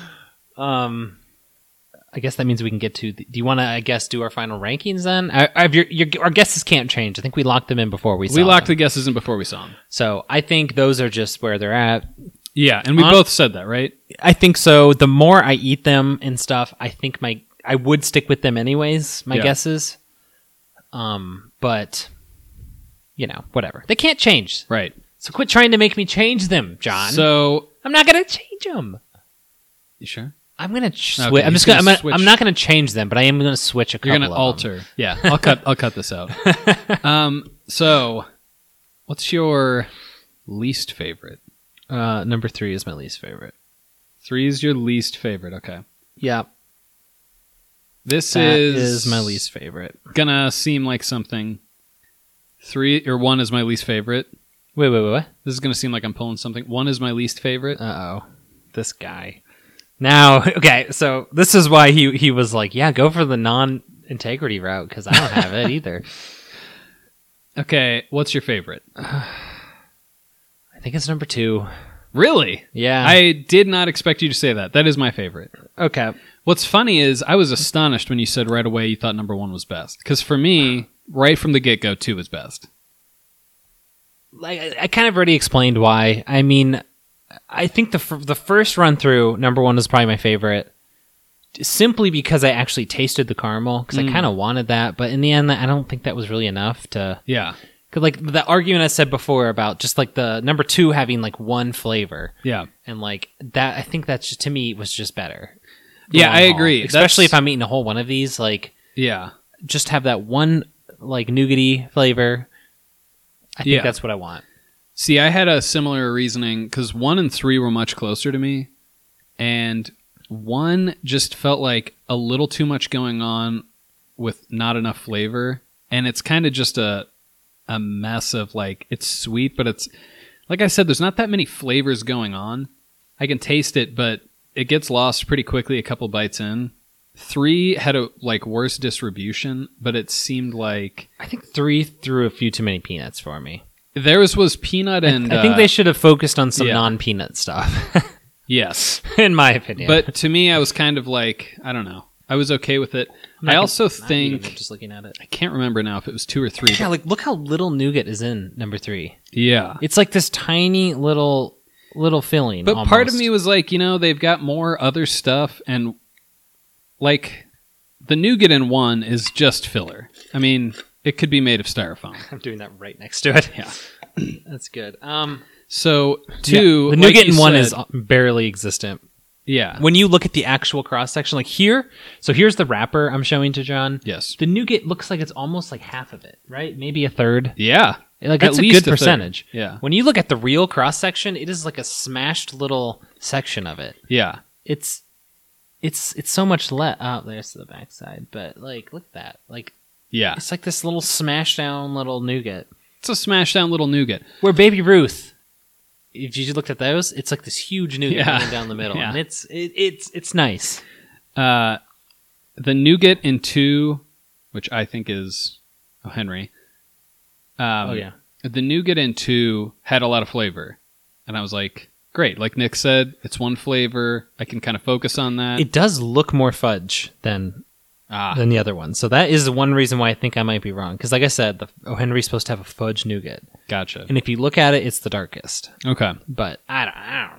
S1: Um, I guess that means we can get to. The, do you want to? I guess do our final rankings then. I, I your, your, our guesses can't change. I think we locked them in before we.
S2: we locked
S1: them.
S2: the guesses in before we saw them.
S1: So I think those are just where they're at.
S2: Yeah, and we
S1: Hon-
S2: both said that, right?
S1: I think so. The more I eat them and stuff, I think my I would stick with them anyways. My
S2: Yeah.
S1: guesses. Um, but you know, whatever. They can't change.
S2: Right.
S1: So quit trying to make me change them, John.
S2: So
S1: I'm not gonna change them.
S2: you sure
S1: I'm gonna ch-
S2: Okay,
S1: swi- I'm
S2: he's
S1: just gonna.
S2: gonna
S1: I'm, gonna I'm
S2: switch.
S1: not gonna change them, but I am gonna switch a couple.
S2: you're gonna
S1: of them.
S2: alter? Yeah, I'll cut. I'll cut this out. Um. So, what's your least favorite?
S1: Uh, number three is my least favorite.
S2: Three is your least favorite. Okay.
S1: Yeah,
S2: This
S1: that is
S2: is
S1: my least favorite.
S2: Gonna seem like something. Three or one is my least favorite.
S1: Wait, wait, wait. wait.
S2: This is gonna seem like I'm pulling something. One is my least favorite.
S1: Uh oh, this guy. Now, okay, so this is why he he was like, yeah, go for the non integrity route because I don't have it either.
S2: Okay, what's your favorite?
S1: I think it's number two.
S2: Really?
S1: Yeah.
S2: I did not expect you to say that. That is my favorite.
S1: okay.
S2: What's funny is I was astonished when you said right away you thought number one was best. Because for me, right from the get go, two was best.
S1: like I- I kind of already explained why. I mean, I think the f- the first run through number one was probably my favorite, simply because I actually tasted the caramel because I
S2: Mm.
S1: kind of wanted that. But in the end, I don't think that was really enough to.
S2: Yeah.
S1: Cause like the argument I said before about just like the number two having like one flavor
S2: Yeah.
S1: and like that, I think that's just, to me was just better.
S2: Yeah,
S1: Long
S2: I
S1: haul.
S2: agree.
S1: Especially if
S2: That's-
S1: I'm eating a whole one of these, like
S2: Yeah.
S1: just have that one like nougaty flavor. I think
S2: Yeah.
S1: that's what I want.
S2: See, I had a similar reasoning because one and three were much closer to me. And one just felt like a little too much going on with not enough flavor. And it's kind of just a, a mess of like, it's sweet, but it's, like I said, there's not that many flavors going on. I can taste it, but it gets lost pretty quickly a couple bites in. Three had a like worse distribution, but it seemed like
S1: I think three threw a few too many peanuts for me.
S2: theirs was peanut and
S1: I think
S2: uh,
S1: they should have focused on some
S2: yeah.
S1: non-peanut stuff,
S2: yes.
S1: in my opinion.
S2: But to me, I was kind of like, I don't know. I was okay with it.
S1: I'm not
S2: I also
S1: gonna- not eating it,
S2: think
S1: just looking at it,
S2: I can't remember now if it was two or three.
S1: yeah,
S2: but-
S1: like look how little nougat is in number three.
S2: yeah.
S1: It's like this tiny little little filling.
S2: But part of
S1: almost.
S2: me was like, you know, they've got more other stuff, and like the nougat in one is just filler. I mean, it could be made of styrofoam.
S1: I'm doing that right next to it.
S2: Yeah.
S1: that's good. Um,
S2: So
S1: yeah,
S2: two,
S1: the
S2: like
S1: nougat
S2: you
S1: in one
S2: said-
S1: is barely existent.
S2: yeah,
S1: When you look at the actual cross section, like here, so here's the wrapper I'm showing to John.
S2: yes,
S1: The nougat looks like it's almost like half of it, right? Maybe a third.
S2: yeah,
S1: Like
S2: That's
S1: at
S2: a
S1: least
S2: good
S1: a good percentage.
S2: third. Yeah.
S1: When you look at the real cross section, it is like a smashed little section of it.
S2: yeah.
S1: It's it's it's so much less. Oh, there's the backside. But like, look at that. Like
S2: Yeah,
S1: it's like this little smashed down little nougat.
S2: it's a smash down little nougat.
S1: Where Baby Ruth, if you looked at those, it's like this huge nougat
S2: Yeah.
S1: running down the middle,
S2: Yeah.
S1: and it's it, it's it's nice.
S2: Uh, the nougat in two, which I think is oh Henry. Um,
S1: oh yeah,
S2: the nougat in two had a lot of flavor, and I was like, great. Like Nick said, it's one flavor. I can kind of focus on that.
S1: it does look more fudge than
S2: ah,
S1: uh, than the other one. So that is the one reason why I think I might be wrong. Because like I said, the O Henry's supposed to have a fudge nougat,
S2: gotcha.
S1: and if you look at it, it's the darkest.
S2: Okay.
S1: But I don't, I don't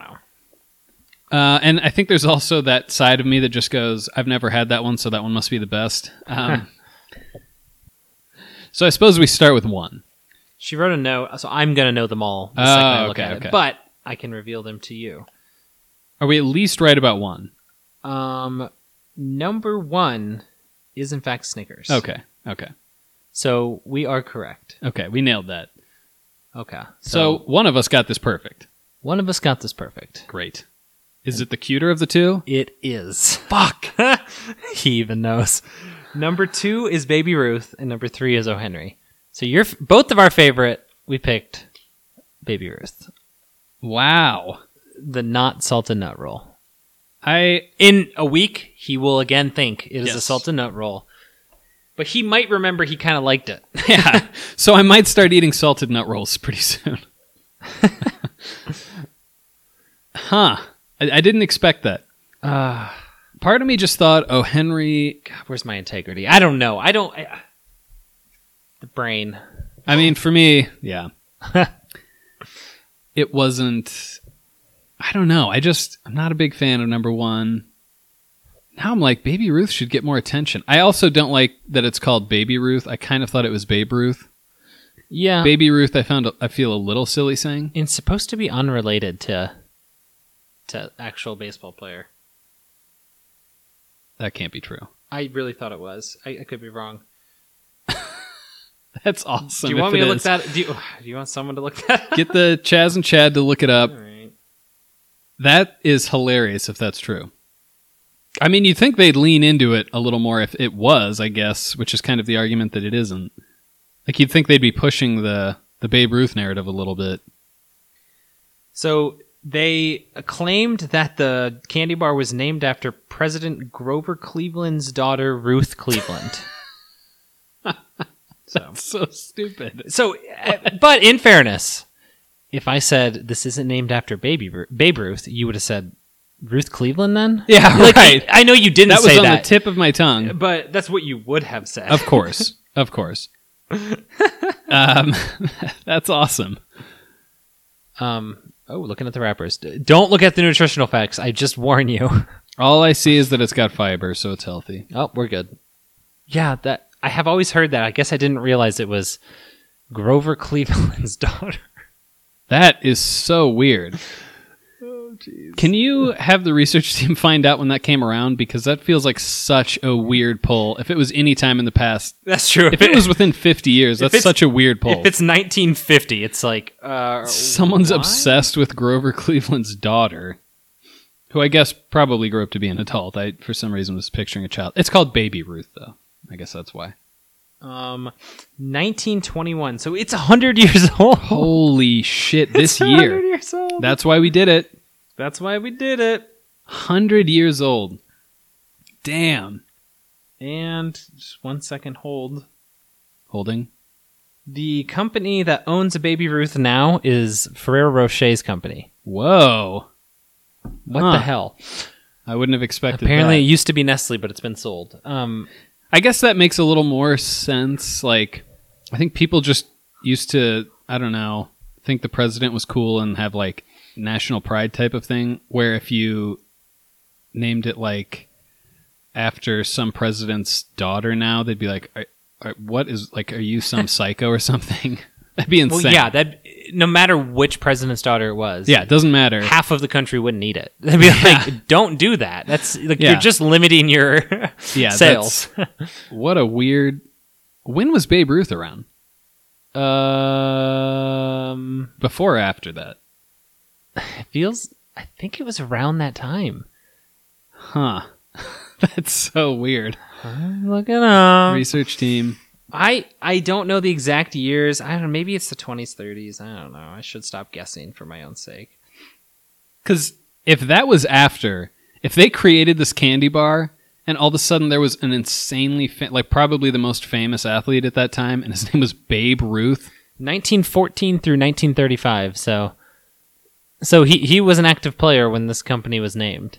S1: know.
S2: Uh, and I think there's also that side of me that just goes, I've never had that one, so that one must be the best. Um, so I suppose we start with one.
S1: She wrote a note, so I'm gonna know them all. The
S2: Oh,
S1: second I look
S2: okay,
S1: at it,
S2: okay.
S1: But I can reveal them to you.
S2: Are we at least right about one?
S1: Um, number one is in fact Snickers.
S2: Okay. Okay.
S1: So we are correct.
S2: Okay. We nailed that.
S1: Okay.
S2: So, one of us got this perfect.
S1: one of us got this perfect.
S2: Great. Is it the cuter of the two?
S1: It is. Fuck. he even knows. Number two is Baby Ruth, and number three is O. Henry. So you're f- both of our favorite. We picked Baby Ruth,
S2: Wow.
S1: the not salted nut roll.
S2: I
S1: in a week he will again think it is a
S2: Yes.
S1: salt and nut roll but he might remember he kind of liked it
S2: yeah. so I might start eating salted nut rolls pretty soon. huh. I, I didn't expect that.
S1: uh,
S2: Part of me just thought, oh, Henry.
S1: where's my integrity i don't know i don't I, the brain
S2: I mean, for me, yeah. it wasn't. I don't know. I just I'm not a big fan of number one. Now I'm like, Baby Ruth should get more attention. I also don't like that it's called Baby Ruth. I kind of thought it was Babe Ruth.
S1: yeah
S2: Baby Ruth, I found I feel a little silly saying.
S1: it's supposed to be unrelated to to actual baseball player
S2: That can't be true.
S1: i really thought it was i, I could be wrong
S2: That's awesome.
S1: do you
S2: if
S1: want me
S2: it
S1: to look
S2: is.
S1: that do you, do you want someone to look that up
S2: Get the Chaz and Chad to look it up.
S1: all right
S2: That is hilarious if that's true. I mean, you'd think they'd lean into it a little more if it was, I guess, which is kind of the argument that it isn't. Like you'd think they'd be pushing the the Babe Ruth narrative a little bit.
S1: So they claimed that the candy bar was named after President Grover Cleveland's daughter, Ruth Cleveland. so,
S2: So stupid.
S1: so uh, but in fairness, if I said this isn't named after Baby Ru- Babe Ruth, you would have said Ruth Cleveland then?
S2: Yeah,
S1: Like,
S2: right.
S1: I know you didn't
S2: That was
S1: say
S2: on
S1: that,
S2: the tip of my tongue.
S1: but that's what you would have said.
S2: Of course. of course. um, that's awesome.
S1: Um, oh, looking at the wrappers. D- Don't look at the nutritional facts. I just warn you.
S2: All I see is that it's got fiber, so it's healthy.
S1: Oh, we're good. Yeah, that I have always heard that. I guess I didn't realize it was Grover Cleveland's daughter.
S2: That is so weird.
S1: Oh, jeez.
S2: Can you have the research team find out when that came around? Because that feels like such a weird pull. If it was any time in the past,
S1: That's true.
S2: if it was within 50 years, that's
S1: it's-
S2: such a weird pull.
S1: if it's 1950, it's like uh,
S2: Someone's
S1: why?
S2: obsessed with Grover Cleveland's daughter, who I guess probably grew up to be an adult. I, for some reason, was picturing a child. It's called Baby Ruth, though. I guess that's why.
S1: Um, 1921. So it's 100 years old.
S2: Holy shit, this
S1: It's 100
S2: year.
S1: years old.
S2: That's why we did it.
S1: That's why we did it.
S2: 100 years old. Damn.
S1: And just one second, hold.
S2: Holding.
S1: The company that owns a Baby Ruth now is Ferrero Rocher's company.
S2: Whoa.
S1: What
S2: Huh.
S1: the hell?
S2: I wouldn't have expected
S1: Apparently,
S2: that.
S1: it used to be Nestle, but it's been sold. Um,
S2: I guess that makes a little more sense. Like, I think people just used to, I don't know, think the president was cool and have like national pride type of thing, where if you named it like after some president's daughter now, they'd be like, are, are, what is, like, are you some psycho or something? That'd be
S1: well,
S2: insane.
S1: yeah, that no matter which president's daughter it was,
S2: Yeah, it doesn't matter.
S1: half of the country wouldn't eat it. They'd be like, "Don't do that. That's like
S2: Yeah.
S1: you're just limiting your
S2: Yeah,
S1: sales."
S2: What a weird. When was Babe Ruth around?
S1: Um,
S2: Before or after that?
S1: it feels. I think it was around that time.
S2: Huh. That's so weird.
S1: I'm looking up.
S2: Research team.
S1: I I don't know the exact years. I don't know. Maybe it's the 20s, 30s. I don't know. I should stop guessing for my own sake.
S2: Because if that was after, if they created this candy bar and all of a sudden there was an insanely, fa- like probably the most famous athlete at that time, and his name was Babe Ruth.
S1: 1914 through 1935. So, so he he was an active player when this company was named.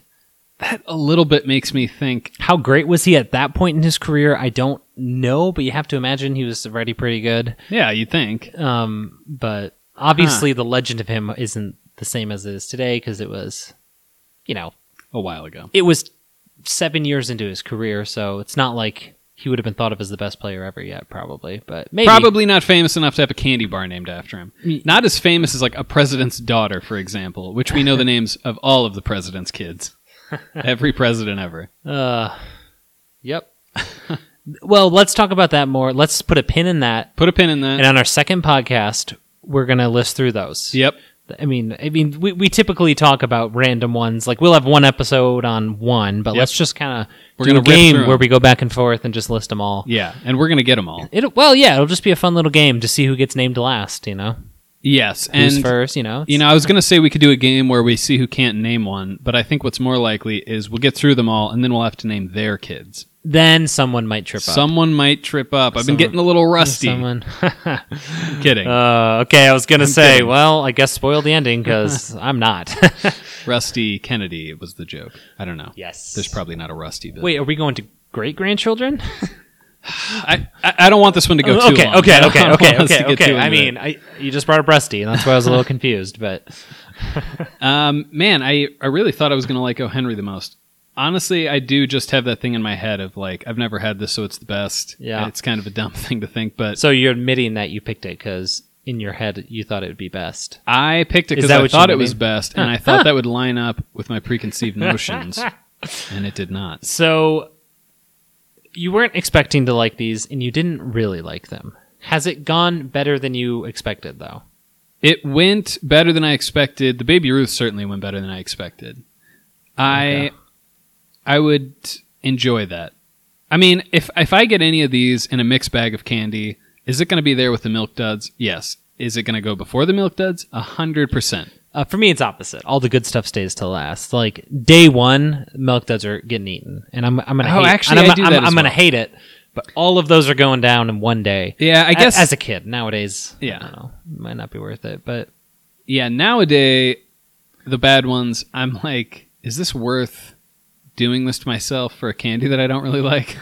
S2: That a little bit makes me think,
S1: How great was he at that point in his career? I don't know, but you have to imagine he was already pretty good.
S2: yeah, you think.
S1: Um, but obviously, the legend of him isn't the same as it is today because it was you know,
S2: a while ago.
S1: it was seven years into his career, so it's not like he would have been thought of as the best player ever yet, probably. But maybe.
S2: Probably not famous enough to have a candy bar named after him. Not as famous as like a president's daughter, for example, which we know the names of all of the president's kids. Every president ever.
S1: Uh, yep. well, let's talk about that more. Let's put a pin in that.
S2: Put a pin in that.
S1: And on our second podcast, we're gonna list through those.
S2: Yep.
S1: I mean, I mean, we, we typically talk about random ones. Like we'll have one episode on one, but
S2: Yep.
S1: let's just kind of
S2: We're
S1: do
S2: gonna
S1: a
S2: rip
S1: game
S2: through
S1: where
S2: 'em.
S1: we go back and forth and just list them all.
S2: Yeah, and we're gonna get them all.
S1: It well, yeah, it'll just be a fun little game to see who gets named last. You know,
S2: Yes,
S1: who's
S2: and
S1: first. You know,
S2: you know, I was gonna say we could do a game where we see who can't name one, but I think what's more likely is we'll get through them all, and then we'll have to name their kids.
S1: then someone might trip up.
S2: Someone might trip up. I've
S1: Someone-
S2: been getting a little rusty.
S1: Someone.
S2: Kidding,
S1: uh, okay, I was gonna
S2: I'm
S1: say.
S2: kidding.
S1: Well, I guess spoil the ending because I'm not.
S2: Rusty Kennedy was the joke. I don't know.
S1: yes.
S2: There's probably not a Rusty bit.
S1: Wait, are we going to great grandchildren?
S2: I, I I don't want this one to go too
S1: okay,
S2: long. I
S1: okay,
S2: don't
S1: okay,
S2: want
S1: okay,
S2: us to
S1: okay,
S2: get too
S1: okay. I
S2: into
S1: mean, I, you just brought up Rusty, and that's why I was a little confused. But
S2: it. um, man, I I really thought I was gonna like O. Henry the most. Honestly, I do just have that thing in my head of like I've never had this, so it's the best.
S1: Yeah.
S2: it's kind of a dumb thing to think, but
S1: so you're admitting that you picked it because in your head you thought it would be best.
S2: I picked it
S1: Is
S2: because
S1: that
S2: I
S1: what you
S2: thought it was
S1: mean?
S2: best, and I thought that would line up with my preconceived notions, and it did not.
S1: So you weren't expecting to like these, and you didn't really like them. Has it gone better than you expected, though?
S2: It went better than I expected. The Baby Ruth certainly went better than I expected. I,
S1: Okay.
S2: I would enjoy that. I mean, if if I get any of these in a mixed bag of candy, is it going to be there with the milk duds? Yes. Is it going to go before the milk duds? A hundred percent.
S1: Uh, for me, it's opposite. All the good stuff stays to last. Like day one, milk duds are getting eaten, and I'm I'm gonna
S2: Oh,
S1: hate,
S2: actually,
S1: and I'm,
S2: I do
S1: I'm-
S2: that as
S1: I'm gonna
S2: well.
S1: hate it. But all of those are going down in one day.
S2: Yeah, I
S1: A-
S2: guess.
S1: as a kid nowadays,
S2: Yeah.
S1: I don't know, might not be worth it. But
S2: yeah, nowadays the bad ones. I'm like, is this worth doing this to myself for a candy that I don't really like?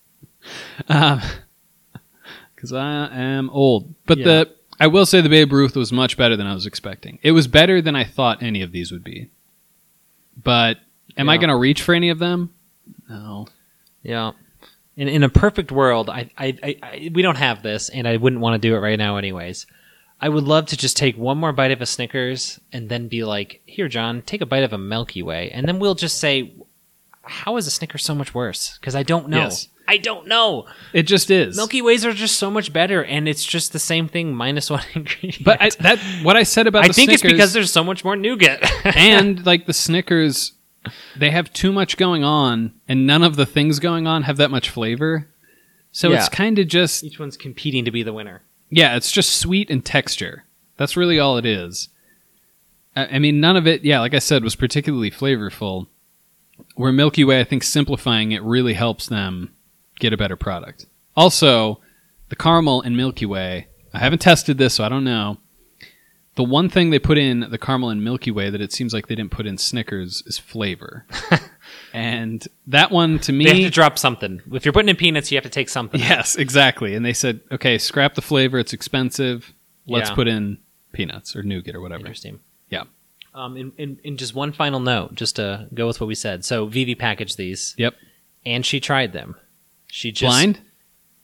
S2: because I am old. But the I will say the Babe Ruth was much better than I was expecting. It was better than I thought any of these would be. But am I
S1: Yeah.
S2: going to reach for any of them? No.
S1: yeah, in in a perfect world, I I, I I we don't have this, and I wouldn't want to do it right now, anyways. I would love to just take one more bite of a Snickers and then be like, "Here, John, take a bite of a Milky Way," and then we'll just say, "How is a Snickers so much worse?" Because I don't know.
S2: Yes.
S1: I don't know.
S2: It just is.
S1: Milky Ways are just so much better, and it's just the same thing minus one ingredient.
S2: but I, that what I said about
S1: I
S2: the
S1: think it's
S2: Snickers-
S1: because there's so much more nougat.
S2: and like the Snickers, they have too much going on, and none of the things going on have that much flavor. So it's
S1: Yeah.
S2: kind of just
S1: Each one's competing to be the winner.
S2: yeah, it's just sweet and texture. That's really all it is. I, I mean, none of it. Yeah, like I said, was particularly flavorful. Where Milky Way, I think simplifying it really helps them get a better product. Also, the caramel and Milky Way. I haven't tested this, so I don't know. The one thing they put in the caramel and Milky Way that it seems like they didn't put in Snickers is flavor. and that one to me
S1: They have to drop something. If you're putting in peanuts, you have to take something.
S2: Yes, exactly. And they said, okay, scrap the flavor. It's expensive. Let's
S1: Yeah.
S2: put in peanuts or nougat or whatever.
S1: Interesting.
S2: Yeah.
S1: Um, in, in, in just one final note, just to go with what we said. So Vivi packaged these.
S2: Yep.
S1: And she tried them. She just
S2: Blind?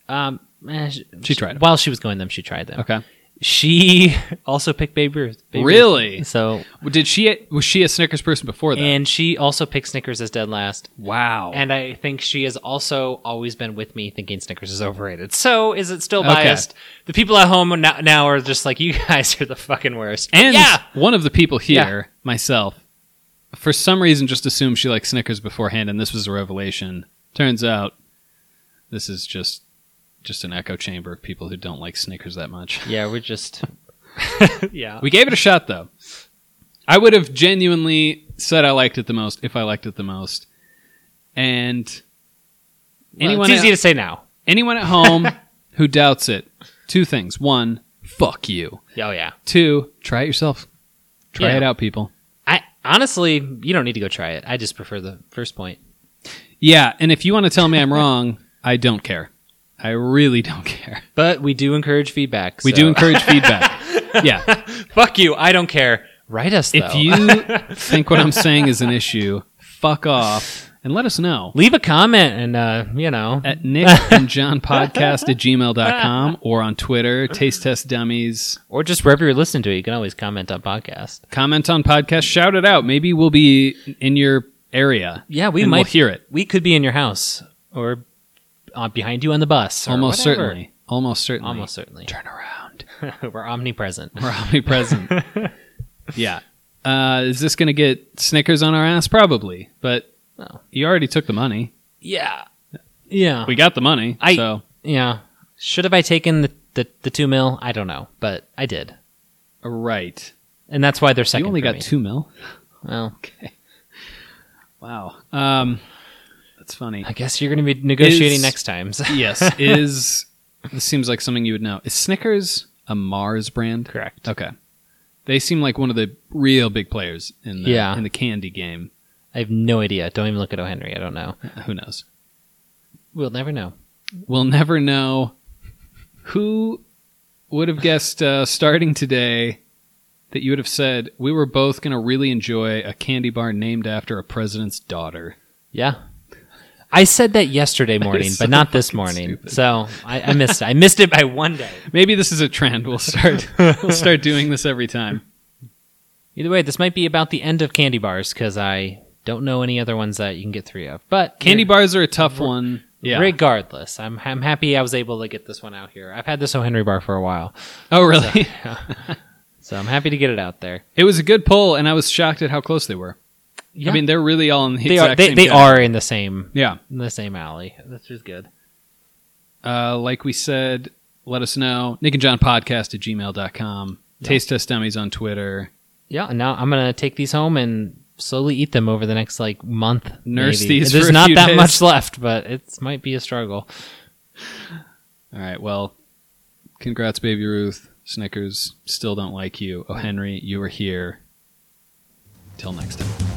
S1: Um, eh, she,
S2: She tried 'em.
S1: while she was going them. She tried them.
S2: Okay.
S1: She also picked Babe Ruth. Babe Ruth.
S2: Really?
S1: So
S2: Well, Did she? Was she a Snickers person before that?
S1: and she also picked Snickers as dead last.
S2: wow.
S1: And I think she has also always been with me thinking Snickers is overrated. So is it still biased? The people at home now, now are just like, you guys are the fucking worst. But
S2: And
S1: yeah,
S2: one of the people here, myself, for some reason just assumed she liked Snickers beforehand, and this was a revelation. Turns out, this is just just an echo chamber of people who don't like Snickers that much.
S1: yeah, we're just yeah.
S2: We gave it a shot though. I would have genuinely said I liked it the most if I liked it the most. And
S1: Well,
S2: anyone
S1: it's easy
S2: at,
S1: to say now.
S2: anyone at home who doubts it, two things. One, fuck you.
S1: Oh yeah.
S2: Two, try it yourself. Try
S1: Yeah.
S2: it out, people.
S1: I honestly, you don't need to go try it. I just prefer the first point.
S2: Yeah, and if you want to tell me I'm wrong, I don't care. I really don't care.
S1: But we do encourage feedback.
S2: We
S1: so-
S2: do encourage feedback. Yeah.
S1: Fuck you. I don't care. Write us though.
S2: If you think what I'm saying is an issue, fuck off and let us know
S1: leave a comment and uh, you know
S2: at nick and john podcast at gmail.com or on Twitter, taste test dummies.
S1: or just wherever you're listening to it, you can always comment on podcast.
S2: Comment on podcast, shout it out. Maybe we'll be in your area.
S1: Yeah, we
S2: and
S1: might
S2: we'll hear it.
S1: We could be in your house or uh, behind you on the bus. or
S2: Almost
S1: whatever.
S2: certainly. Almost certainly.
S1: Almost certainly.
S2: Turn around.
S1: We're omnipresent.
S2: We're omnipresent. yeah. Uh, is this going to get Snickers on our ass? Probably. But
S1: No.
S2: you already took the money.
S1: Yeah. Yeah.
S2: We got the money.
S1: I-
S2: so
S1: yeah. Should have I taken the, the, the two mil? I don't know, but I did.
S2: right.
S1: And that's why they're second.
S2: You only
S1: for
S2: got
S1: me.
S2: two mil.
S1: Well,
S2: Okay. Wow. Um, that's funny.
S1: I guess you're going to be negotiating
S2: Is-
S1: next time. so-
S2: yes. Is this seems like something you would know? Is Snickers a Mars brand?
S1: Correct.
S2: Okay. They seem like one of the real big players in the
S1: Yeah.
S2: in the candy game.
S1: I have no idea. Don't even look at O. Henry. I don't know.
S2: Who knows?
S1: We'll never know.
S2: We'll never know who would have guessed uh, starting today that you would have said we were both going to really enjoy a candy bar named after a president's daughter.
S1: Yeah. I said that yesterday morning,
S2: is so
S1: but not this
S2: fucking
S1: morning.
S2: stupid.
S1: So I, I missed it. I missed it by one day.
S2: Maybe this is a trend. We'll start we'll start doing this every time.
S1: Either way, this might be about the end of candy bars because I don't know any other ones that you can get three of. But
S2: Candy bars are a tough one. Yeah.
S1: regardless, I'm I'm happy I was able to get this one out here. I've had this O Henry bar for a while,
S2: Oh, really?
S1: so I'm happy to get it out there.
S2: it was a good poll, and I was shocked at how close they were.
S1: Yeah,
S2: I mean, they're really all in the
S1: they are
S2: exact
S1: they,
S2: same
S1: they
S2: category.
S1: are in the same
S2: Yeah.
S1: in the same alley. This is good.
S2: Uh, like we said, let us know. Nick and John podcast at gmail.com. Taste Test Dummies on Twitter.
S1: Yeah, and now I'm gonna take these home and slowly eat them over the next like month.
S2: Nurse
S1: maybe.
S2: these
S1: There's
S2: for a
S1: not
S2: few
S1: that
S2: days.
S1: much left, but it might be a struggle.
S2: All right. Well, congrats, Baby Ruth. Snickers still don't like you. Oh, Henry, you were here. Till next time.